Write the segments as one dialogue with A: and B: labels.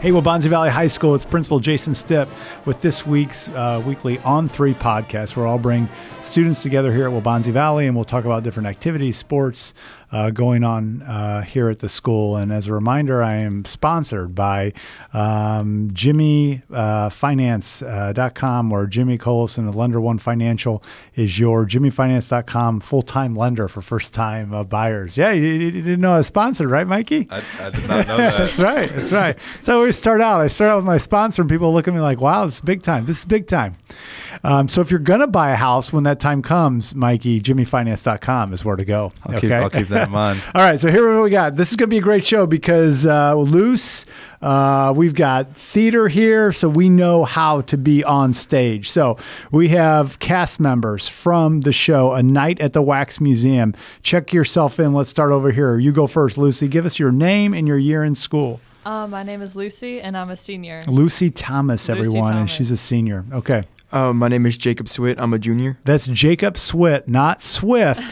A: Hey, Wabanzi Valley High School, it's Principal Jason Stipp with this week's uh, weekly On Three podcast, where I'll bring students together here at Wabanzi Valley and we'll talk about different activities, sports uh, going on uh, here at the school. And as a reminder, I am sponsored by um, JimmyFinance.com uh, or Jimmy Collison of Lender One Financial is your JimmyFinance.com full time lender for first time uh, buyers. Yeah, you, you didn't know I was sponsored, right, Mikey?
B: I, I did not know that.
A: That's right. That's right. So I always start out. I start out with my sponsor, and people look at me like, "Wow, this is big time. This is big time." Um, so if you're gonna buy a house when that time comes, Mikey, JimmyFinance.com is where to go.
B: I'll keep, I'll keep that in mind.
A: All right, so here we got. This is going to be a great show because uh, loose. Uh, we've got theater here, so we know how to be on stage. So we have cast members from the show, A Night at the Wax Museum. Check yourself in. Let's start over here. You go first, Lucy. Give us your name and your year in school.
C: Uh, my name is Lucy, and I'm a senior.
A: Lucy Thomas,
C: Lucy
A: everyone, and
C: Thomas.
A: she's a senior. Okay.
D: Uh, my name is Jacob Swit. I'm a junior.
A: That's Jacob Swit, not Swift.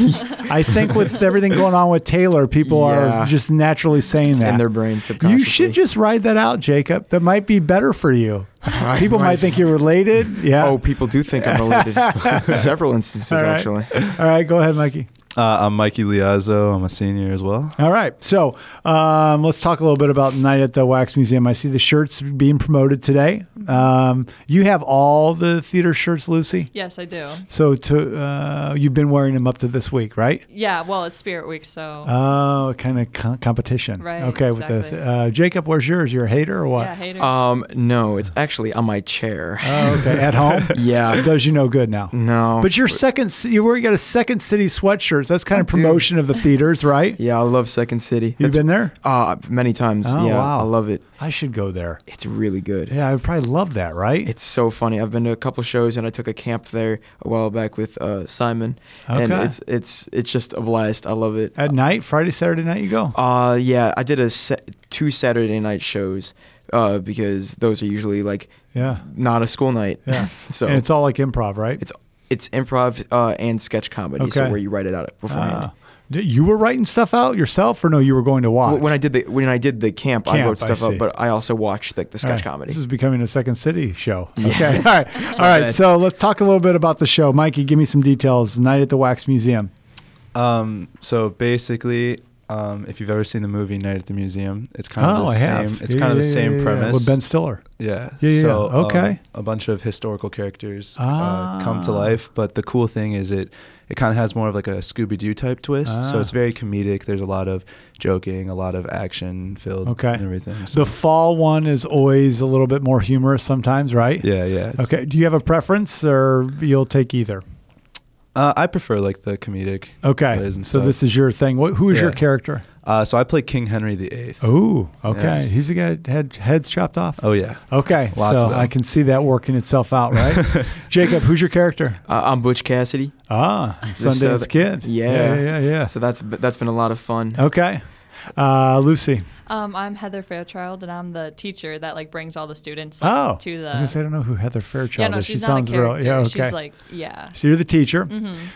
A: I think with everything going on with Taylor, people
D: Yeah.
A: are just naturally saying that.
D: in their brain
A: You
D: subconsciously.
A: should just ride that out, Jacob. That might be better for you.
D: Right,
A: People
D: might
A: might
D: as
A: think you're related. Yeah.
D: Oh, people do think I'm related. Several instances,
A: All right.
D: actually.
A: All right, go ahead, Mikey.
B: Uh, I'm Mikey Liazzo. I'm a senior as well.
A: All right. So um, let's talk a little bit about Night at the Wax Museum. I see the shirts being promoted today. Um, you have all the theater shirts, Lucy.
C: Yes, I do.
A: So to uh, you've been wearing them up to this week, right?
C: Yeah, well, it's Spirit Week, so
A: Oh, kind of co- competition.
C: Right,
A: Okay. With
C: exactly.
A: the uh, Jacob, where's yours? You're a hater or what? Uh,
C: yeah, hater.
D: Um, no, it's actually on my chair.
A: Oh, okay. At home.
D: yeah.
A: Does you no good now.
D: No.
A: But your second, ci- you already got a second city sweatshirt. So that's kind of
D: I do.
A: promotion of the theaters, right?
D: yeah, I love Second City.
A: You've
D: That's-
A: been there.
D: uh, many times.
A: Oh,
D: yeah,
A: wow.
D: I love it.
A: I should go there.
D: It's really good.
A: Yeah, I would probably love that, right?
D: It's so funny. I've been to a couple shows and I took a camp there a while back with uh, Simon, and
A: Okay.
D: it's it's it's just a blast. I love it.
A: At night, Friday, Saturday night, you go.
D: Uh, yeah, I did a sa- two Saturday night shows, uh, because those are usually like
A: Yeah.
D: not a school night.
A: Yeah.
D: so
A: and it's all like improv, right?
D: it's it's improv uh, and sketch comedy, so
A: Okay.
D: where you write it out beforehand.
A: Ah. D- you were writing stuff out yourself, or no? You were going to watch.
D: Wh- when I did the when I did the camp, I
A: Camp,
D: wrote
A: I
D: stuff
A: see.
D: up, but I also watched like the
A: All
D: sketch
A: right.
D: comedy.
A: This is becoming a second city show. Okay. All right. All right.
D: bad.
A: So let's talk a little bit about the show. Mikey, give me some details. Night at the Wax Museum.
B: Um, so basically, um, if you've ever seen the movie Night at the Museum, it's kind of
A: oh,
B: the
A: I
B: same.
A: have.
B: It's kind of the
A: Yeah,
B: same
A: yeah, yeah, yeah.
B: premise.
A: with Ben Stiller.
B: Yeah.
A: Yeah, yeah,
B: So
A: yeah. Okay.
B: um, a bunch of historical characters
A: Ah.
B: uh, come to life, but the cool thing is it it kind of has more of like a Scooby Doo type twist.
A: Ah.
B: So it's very comedic. There's a lot of joking, a lot of action filled,
A: Okay.
B: and everything. So,
A: The fall one is always a little bit more humorous sometimes, right?
B: yeah, yeah. It's-
A: Okay. Do you have a preference or you'll take either?
B: Uh, I prefer like the comedic.
A: Okay.
B: plays and
A: So
B: stuff.
A: this is your thing. What, who is your
B: Yeah.
A: character?
B: Uh, so I play King Henry the Eighth.
A: Oh, okay.
B: Yes.
A: He's the guy that had heads chopped off.
B: Oh yeah.
A: Okay.
B: Lots
A: so
B: of them.
A: I can see that working itself out, right? Jacob, who's your character?
D: uh, I'm Butch Cassidy,
A: Ah,
D: This, uh,
A: Sundance Kid.
D: yeah.
A: Yeah. Yeah. yeah.
D: so that's that's been a lot of fun.
A: Okay. Uh, Lucy.
C: um, I'm Heather Fairchild, and I'm the teacher that like brings all the students like,
A: Oh.
C: to
A: I, was gonna say, I
C: the.
A: don't know who Heather Fairchild
C: Yeah, no,
A: is.
C: she's
A: she
C: not a
A: sounds
C: character.
A: real. Yeah. Okay.
C: She's like, Mm-hmm. yeah,
A: so you're the teacher.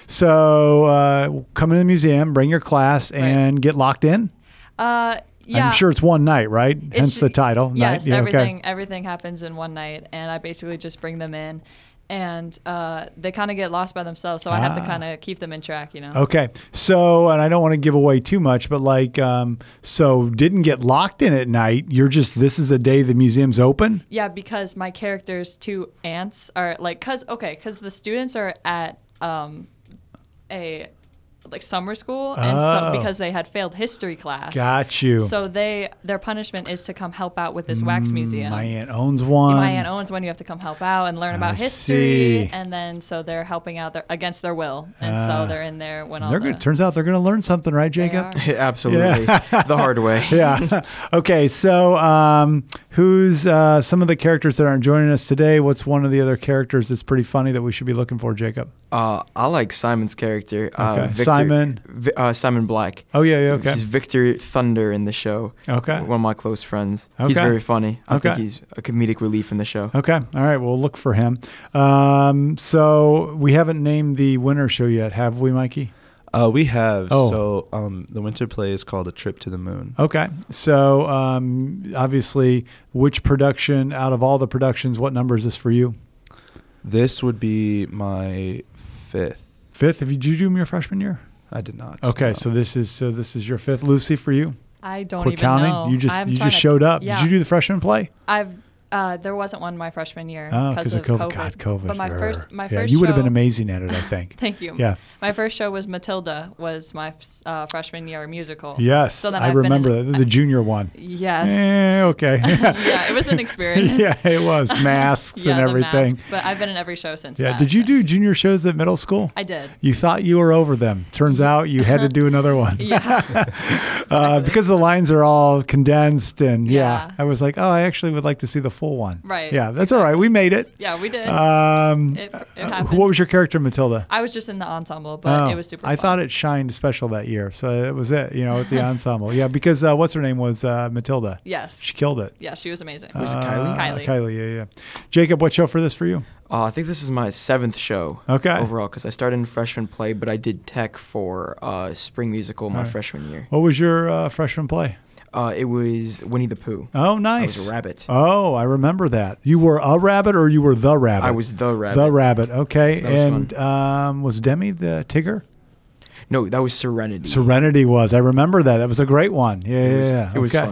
A: So uh, come to the museum, bring your class, and get locked in.
C: uh, yeah.
A: I'm sure it's one night, right? Hence the title.
C: Yes,
A: night. Yeah, okay.
C: everything everything happens in one night, and I basically just bring them in, and uh, they kind of get lost by themselves, so I have to
A: Ah.
C: kind of keep them in track, you know.
A: Okay. So, and I don't want to give away too much, but like, um, so didn't get locked in at night. You're just, this is a day the museum's open.
C: Yeah, because my character's two aunts are like, cause okay, cause the students are at um, a like summer school, and
A: Oh.
C: so because they had failed history class.
A: Got you. Mm,
C: So they their punishment is to come help out with this wax museum.
A: my aunt owns one.
C: My aunt owns one. You have to come help out and learn about
A: I
C: history,
A: see.
C: and then so they're helping out their, against their will, and
A: Ah.
C: so they're in there when all
A: They're
C: the,
A: good. Turns out they're going to learn something, right,
C: they
A: Jacob?
C: are.
D: Absolutely, the hard way.
A: Yeah. okay. So, um, who's uh, some of the characters that aren't joining us today? What's one of the other characters that's pretty funny that we should be looking for, Jacob?
D: Uh, I like Simon's character. Uh,
A: Okay.
D: Victor,
A: Simon?
D: Vi- uh, Simon Black.
A: Oh, yeah. Yeah. Okay.
D: He's Victor Thunder in the show.
A: Okay.
D: One of my close friends. He's
A: Okay.
D: very funny. I think
A: Okay.
D: he's a comedic relief in the show.
A: Okay. All right. We'll look for him. Um, so, we haven't named the winner show yet, have we, Mikey?
B: Uh, we have.
A: Oh.
B: So um, the winter play is called A Trip to the Moon.
A: Okay. So um, obviously, which production out of all the productions, what number is this for you?
B: This would be my fifth.
A: Fifth. Have you, did you do 'em your freshman year?
B: I did not.
A: Okay.
B: no.
A: So this is so this is your fifth. Lucy, for you.
C: I don't
A: Quit
C: even
A: counting.
C: know.
A: You just
C: I'm
A: you
C: trying
A: just
C: to-
A: showed up.
C: Yeah.
A: Did you do the freshman play?
C: I've uh, there wasn't one my freshman year
A: Oh,
C: because
A: of
C: of
A: COVID.
C: COVID.
A: God, COVID.
C: But my
A: Grr.
C: first, my
A: yeah,
C: first,
A: you would have been
C: show-
A: amazing at it, I think.
C: Thank you.
A: Yeah.
C: My first show was Matilda. Was my f- uh, freshman year musical.
A: Yes,
C: So then
A: I
C: I've been in
A: remember
C: it-
A: that the junior one.
C: Yes.
A: Eh, okay.
C: yeah, it was an experience.
A: yeah, it was masks
C: Yeah,
A: and
C: the
A: everything.
C: mask, but I've been in every show since.
A: yeah.
C: that,
A: Did you
C: so-
A: do junior shows at middle school?
C: I did.
A: you thought you were over them. Turns out you had to do another one.
C: Yeah.
A: Uh, because the lines are all condensed and yeah.
C: Yeah.
A: I was like, oh, I actually would like to see the full one.
C: Right,
A: Yeah, that's all right. We made it.
C: yeah, we did.
A: Um,
C: it, it
A: uh,
C: happened.
A: what was your character, Matilda?
C: I was just in the ensemble, but
A: Oh,
C: it was super.
A: I
C: fun.
A: thought it shined special that year, so it was it. You know, with the ensemble. Yeah, because uh, what's her name was uh, Matilda.
C: Yes.
A: She killed it.
C: yeah, she was amazing.
D: Was it Kylie?
A: Uh,
C: Kylie.
A: Kylie, yeah, yeah. Jacob, what show for this for you?
D: Uh, I think this is my seventh show
A: Okay.
D: overall because I started in freshman play, but I did tech for uh, spring musical my
A: Alright.
D: freshman year.
A: What was your uh, freshman play?
D: Uh, it was Winnie the Pooh.
A: Oh, nice.
D: I was a rabbit.
A: Oh, I remember that. You were a rabbit or you were the rabbit?
D: I was the rabbit.
A: The rabbit. Okay.
D: So that was
A: and um, was Demi the Tigger?
D: no, that was Serenity.
A: Serenity was. I remember that. That was a great one. Yeah,
D: It was-
A: yeah, yeah.
D: it was
A: okay.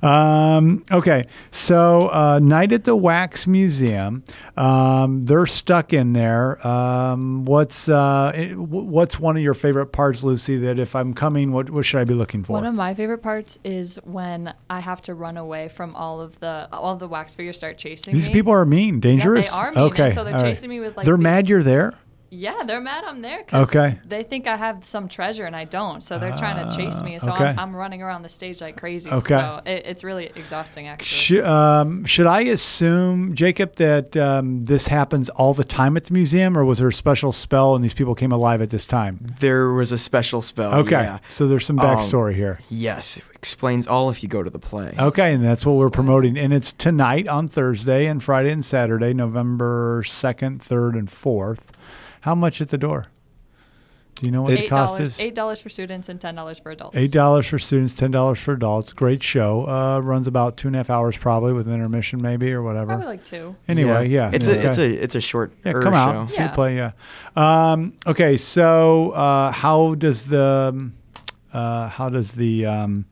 A: fun. Um, okay, so uh, Night at the Wax Museum. Um, they're stuck in there. Um, what's uh, it- wh- what's one of your favorite parts, Lucy? That if I'm coming, what what should I be looking for?
C: One of my favorite parts is when I have to run away from all of the all of the wax figures start chasing
A: These
C: me.
A: people are mean, dangerous.
C: are mean, and
A: Okay,
C: so they're
A: all right.
C: chasing me with, like,
A: They're
C: these-
A: mad you're there.
C: Yeah, they're mad I'm there because
A: Okay.
C: they think I have some treasure and I don't. So they're trying to chase me. So
A: Ah, okay.
C: I'm, I'm running around the stage like crazy.
A: Okay.
C: So it, it's really exhausting, actually.
A: Should, um, should I assume, Jacob, that um, this happens all the time at the museum, or was there a special spell and these people came alive at this time?
D: There was a special spell.
A: Okay,
D: Oh, yeah.
A: so there's some
D: Um,
A: backstory Oh, here.
D: Yes, it explains all if you go to the play.
A: Okay, and that's what we're promoting. And it's tonight on Thursday and Friday and Saturday, November 2nd, 3rd, and 4th. How much at the door? Do you know what the
C: Eight
A: cost
C: dollars,
A: is?
C: eight dollars for students and ten dollars for adults.
A: Eight dollars for students, ten dollars for adults. Great show. Uh, runs about two and a half hours, probably with an intermission, maybe or whatever.
C: Probably like two.
A: Anyway, yeah,
D: It's
A: okay.
D: a it's a it's a short
A: Yeah,
D: er
A: come out,
D: show.
A: see the
C: Yeah.
A: play. Yeah. Um, okay, so uh, how does the uh, how does the um,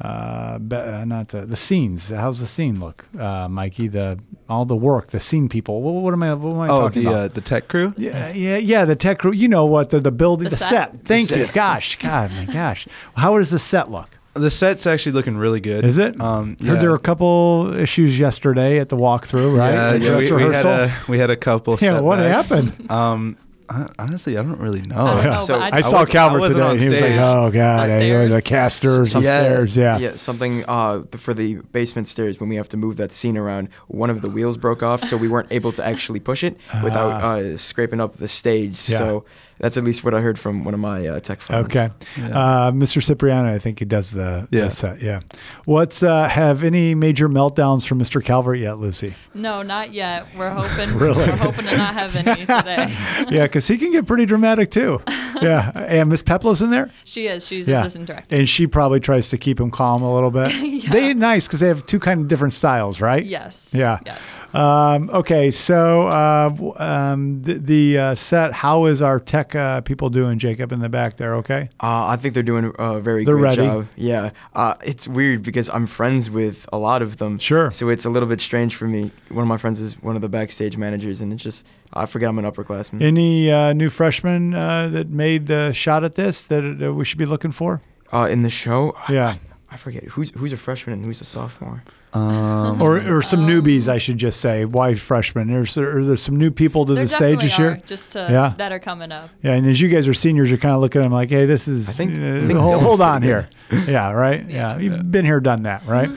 A: uh, be, uh, not the the scenes? How's the scene look, uh, Mikey? The all the work, the scene people. What, what am I? What am I
B: Oh,
A: talking
B: the
A: about?
B: uh, the tech crew.
A: yeah, yeah, yeah. The tech crew. You know what? The the building, the,
C: The set.
A: set. Thank
D: The
A: you.
D: set.
A: Gosh, God, my gosh. How does the set look?
B: The set's actually looking really good.
A: Is it?
B: Um, yeah.
A: Heard there were a couple issues yesterday at the walkthrough, right?
B: Yeah,
A: The
B: yeah,
A: dress
B: we, we had
A: rehearsal.
B: a we had a couple.
A: Yeah, what
B: setbacks.
A: happened?
B: Um, I, honestly, I don't really know.
C: I don't
A: yeah.
C: know,
D: So
C: but
A: I
C: I, just-
A: saw
B: wasn't- I
A: Calvert
B: wasn't
A: today.
B: on
A: He was like,
B: stage.
A: "Oh God, I hear the
C: Upstairs.
A: casters
B: Yes.
A: upstairs." Yeah.
D: Yeah, something uh, for the basement stairs when we have to move that scene around. One of the wheels broke off, so we weren't able to actually push it without
A: Ah.
D: uh, scraping up the stage.
A: Yeah.
D: So that's at least what I heard from one of my uh, tech friends.
A: Okay, uh, Mr. Cipriano, I think he does the, the
B: Yeah.
A: set. Yeah. What's uh, have any major meltdowns from Mr. Calvert yet, Lucy?
C: no, not yet. We're hoping.
A: Really?
C: We're hoping to not have any today.
A: yeah, because he can get pretty dramatic too. Yeah, and Miss Peplo's in there.
C: she is. She's
A: Yeah,
C: assistant director.
A: and she probably tries to keep him calm a little bit. They nice because they have two kind of different styles, right?
C: Yes.
A: Yeah.
C: Yes.
A: Um, okay, so uh, w- um, the, the uh, set. How is our tech uh, people doing, Jacob, in the back there? Okay.
D: Uh, I think they're doing a very
A: They're
D: good
A: ready.
D: job. Yeah, uh, it's weird because I'm friends with a lot of them.
A: Sure.
D: So it's a little bit strange for me. One of my friends is one of the backstage managers, and it's just I forget I'm an upperclassman.
A: Any uh, new freshmen uh, that made the shot at this that uh, we should be looking for?
D: uh, in the show,
A: Yeah.
D: I forget who's who's a freshman and who's a sophomore.
B: Um,
A: Or, or some
C: Um,
A: newbies, I should just say. Why freshmen? There's there, are there some new people to
C: There
A: the stage this
C: definitely
A: year?
C: are, Just to,
A: Yeah.
C: that are coming up.
A: Yeah, and as you guys are seniors, you're kind of looking at them like, "Hey, this is."
D: I think-
A: uh,
D: I think
A: hold,
D: Dylan's
A: hold on
D: pretty
A: here.
D: good.
A: Yeah, right. Yeah,
C: Yeah.
A: you've been here, done that, right?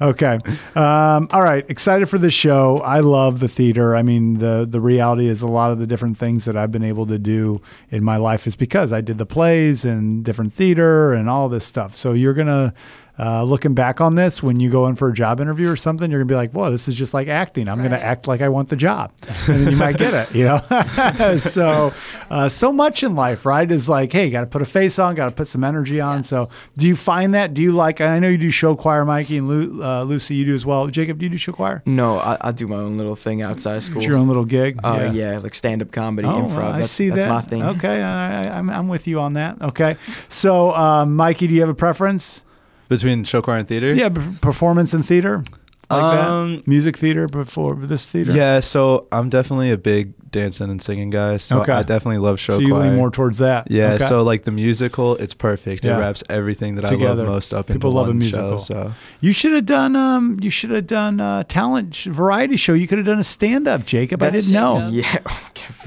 A: Okay. Um, all right. Excited for the show. I love the theater. I mean, the the reality is a lot of the different things that I've been able to do in my life is because I did the plays and different theater and all this stuff. So you're gonna. uh, looking back on this, when you go in for a job interview or something, you're gonna be like, "Whoa, this is just like acting. I'm gonna
C: Right.
A: act like I want the job," and then you might get it. You know, so uh, so much in life, right, is like, "Hey, got to put a face on, got to put some energy on."
C: Yes.
A: So, do you find that? Do you like? I know you do show choir, Mikey and Lu, uh, Lucy. You do as well. Jacob, do you do show choir?
D: No, I, I do my own little thing outside of school.
A: It's your own little gig.
D: Uh, yeah. like stand-up comedy,
A: Oh,
D: improv.
A: well, I
D: that's,
A: see
D: that's
A: that.
D: my thing.
A: Okay, I, I- I'm, I'm with you on that. Okay, so um, Mikey, do you have a preference?
B: Between show choir and theater?
A: Yeah, p- performance and theater, like
B: Um,
A: that. Music theater before this theater.
B: Yeah, so I'm definitely a big dancing and singing guy. So
A: Okay.
B: I definitely love show
A: so you
B: choir.
A: lean more towards that.
B: yeah,
A: Okay.
B: so like the musical, it's perfect.
A: Yeah.
B: It wraps everything that I
A: Together.
B: love most up
A: People
B: into
A: love a
B: one
A: musical.
B: show. So
A: you should have done. Um, you should have done a talent sh- variety show. You could have done a stand up, Jacob. I didn't know.
D: Yeah,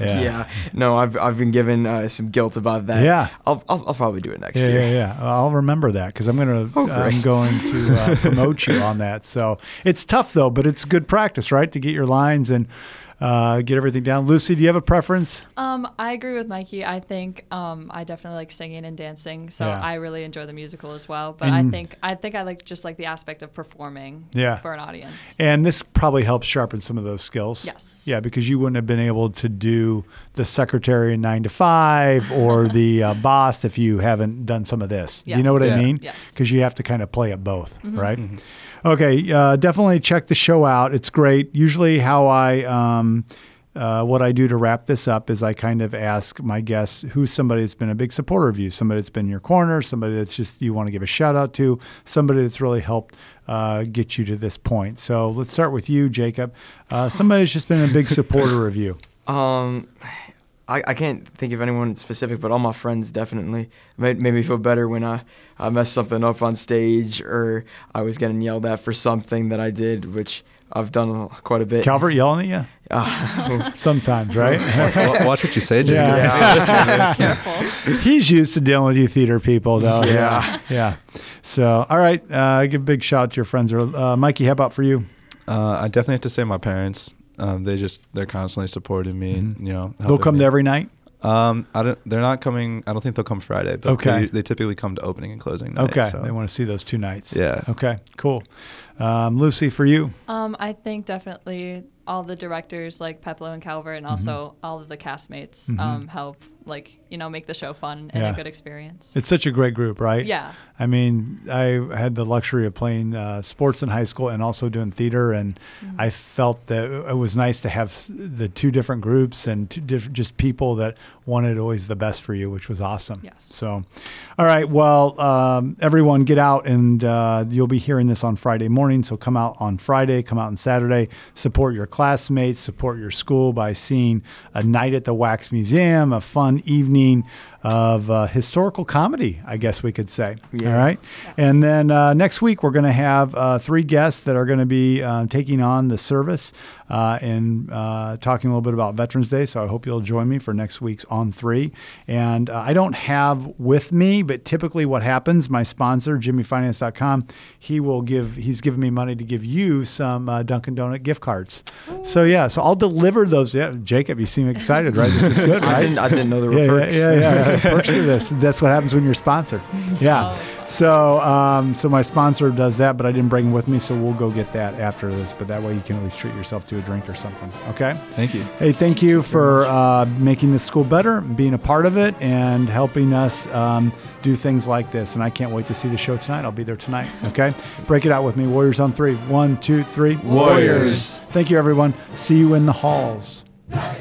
A: Yeah.
D: yeah. No, I've I've been given uh, some guilt about that.
A: Yeah.
D: I'll I'll, I'll probably do it next
A: Yeah,
D: year.
A: yeah, yeah. I'll remember that because I'm gonna
D: Oh,
A: I'm
D: great.
A: going to uh, promote you on that. So it's tough though, but it's good practice, right, to get your lines and uh, get everything down. Lucy, do you have a preference?
C: Um, I agree with Mikey. I think um, I definitely like singing and dancing, so
A: Yeah.
C: I really enjoy the musical as well. But I
A: And-
C: think I think I like just like the aspect of performing
A: Yeah.
C: for an audience.
A: And this probably helps sharpen some of those skills.
C: Yes.
A: Yeah, because you wouldn't have been able to do the secretary in nine to five or the uh, boss if you haven't done some of this. Do You know
C: Yes.
A: what I
B: Yeah.
A: mean?
C: Yes.
A: Because you have to kind of play at both, right? Okay, uh, definitely check the show out. It's great. Usually, how I. Um, uh, what I do to wrap this up is I kind of ask my guests who's somebody that's been a big supporter of you, somebody that's been in your corner, somebody that's just you want to give a shout out to, somebody that's really helped uh, get you to this point. So let's start with you, Jacob. Uh, somebody that's just been a big supporter of you.
D: Um, I, I can't think of anyone specific, but all my friends definitely made, made me feel better when I, I messed something up on stage or I was getting yelled at for something that I did, which I've done a- quite a bit.
A: Calvert yelling at
D: Uh,
A: you sometimes, right?
B: Wa- watch what you say, Jake.
A: Yeah.
C: Careful.
A: He's used to dealing with you theater people, though.
D: Yeah.
A: yeah. So, all right, uh, give a big shout out to your friends. Uh, Mikey, how about for you?
B: Uh, I definitely have to say my parents. Um, they just they're constantly supporting me. and You know,
A: Mm-hmm. They'll
B: helping
A: come
B: me.
A: to every night.
B: Um, I don't. They're not coming. I don't think they'll come Friday. But
A: Okay.
B: They, they typically come to opening and closing. Night,
A: Okay,
B: so-
A: they want to see those two nights.
B: Yeah.
A: Okay, cool. Um, Lucy, for you,
C: Um, I think definitely all the directors like Peplo and Calvert, and also
A: Mm-hmm.
C: all of the castmates um, help like you know make the show fun and
A: Yeah.
C: a good experience.
A: it's such a great group, right?
C: yeah,
A: I mean, I had the luxury of playing uh, sports in high school and also doing theater, and
C: Mm.
A: I felt that it was nice to have s- the two different groups and two diff- just people that wanted always the best for you, which was awesome.
C: Yes.
A: So, all right, well, um, everyone, get out, and uh, you'll be hearing this on Friday morning. So come out on Friday, come out on Saturday, support your classmates, support your school by seeing a night at the Wax Museum, a fun evening of uh, historical comedy, I guess we could say.
D: Yeah.
A: All right. And then uh, next week, we're going to have uh, three guests that are going to be um, taking on the service uh, and uh, talking a little bit about Veterans Day. So I hope you'll join me for next week's On Three. And uh, I don't have with me, but typically what happens, my sponsor, jimmyfinance.com, he will give, he's given me money to give you some uh, Dunkin' Donut gift cards. So yeah, so I'll deliver those. Yeah, Jacob, you seem excited, right? This is good,
D: I,
A: right?
D: didn't, I didn't know there were
A: yeah,
D: perks.
A: Yeah, yeah, yeah. perks to this. That's what happens when you're sponsored. Yeah. So, um, so my sponsor does that, but I didn't bring him with me, so we'll go get that after this. But that way, you can at least treat yourself to a drink or something. Okay.
B: Thank you.
A: Hey, thank you for uh, making this school better, being a part of it, and helping us um, do things like this. And I can't wait to see the show tonight. I'll be there tonight. Okay. Break it out with me. Warriors on three. One, two, three.
B: Warriors.
A: Thank you, everyone. See you in the halls.
C: Nice.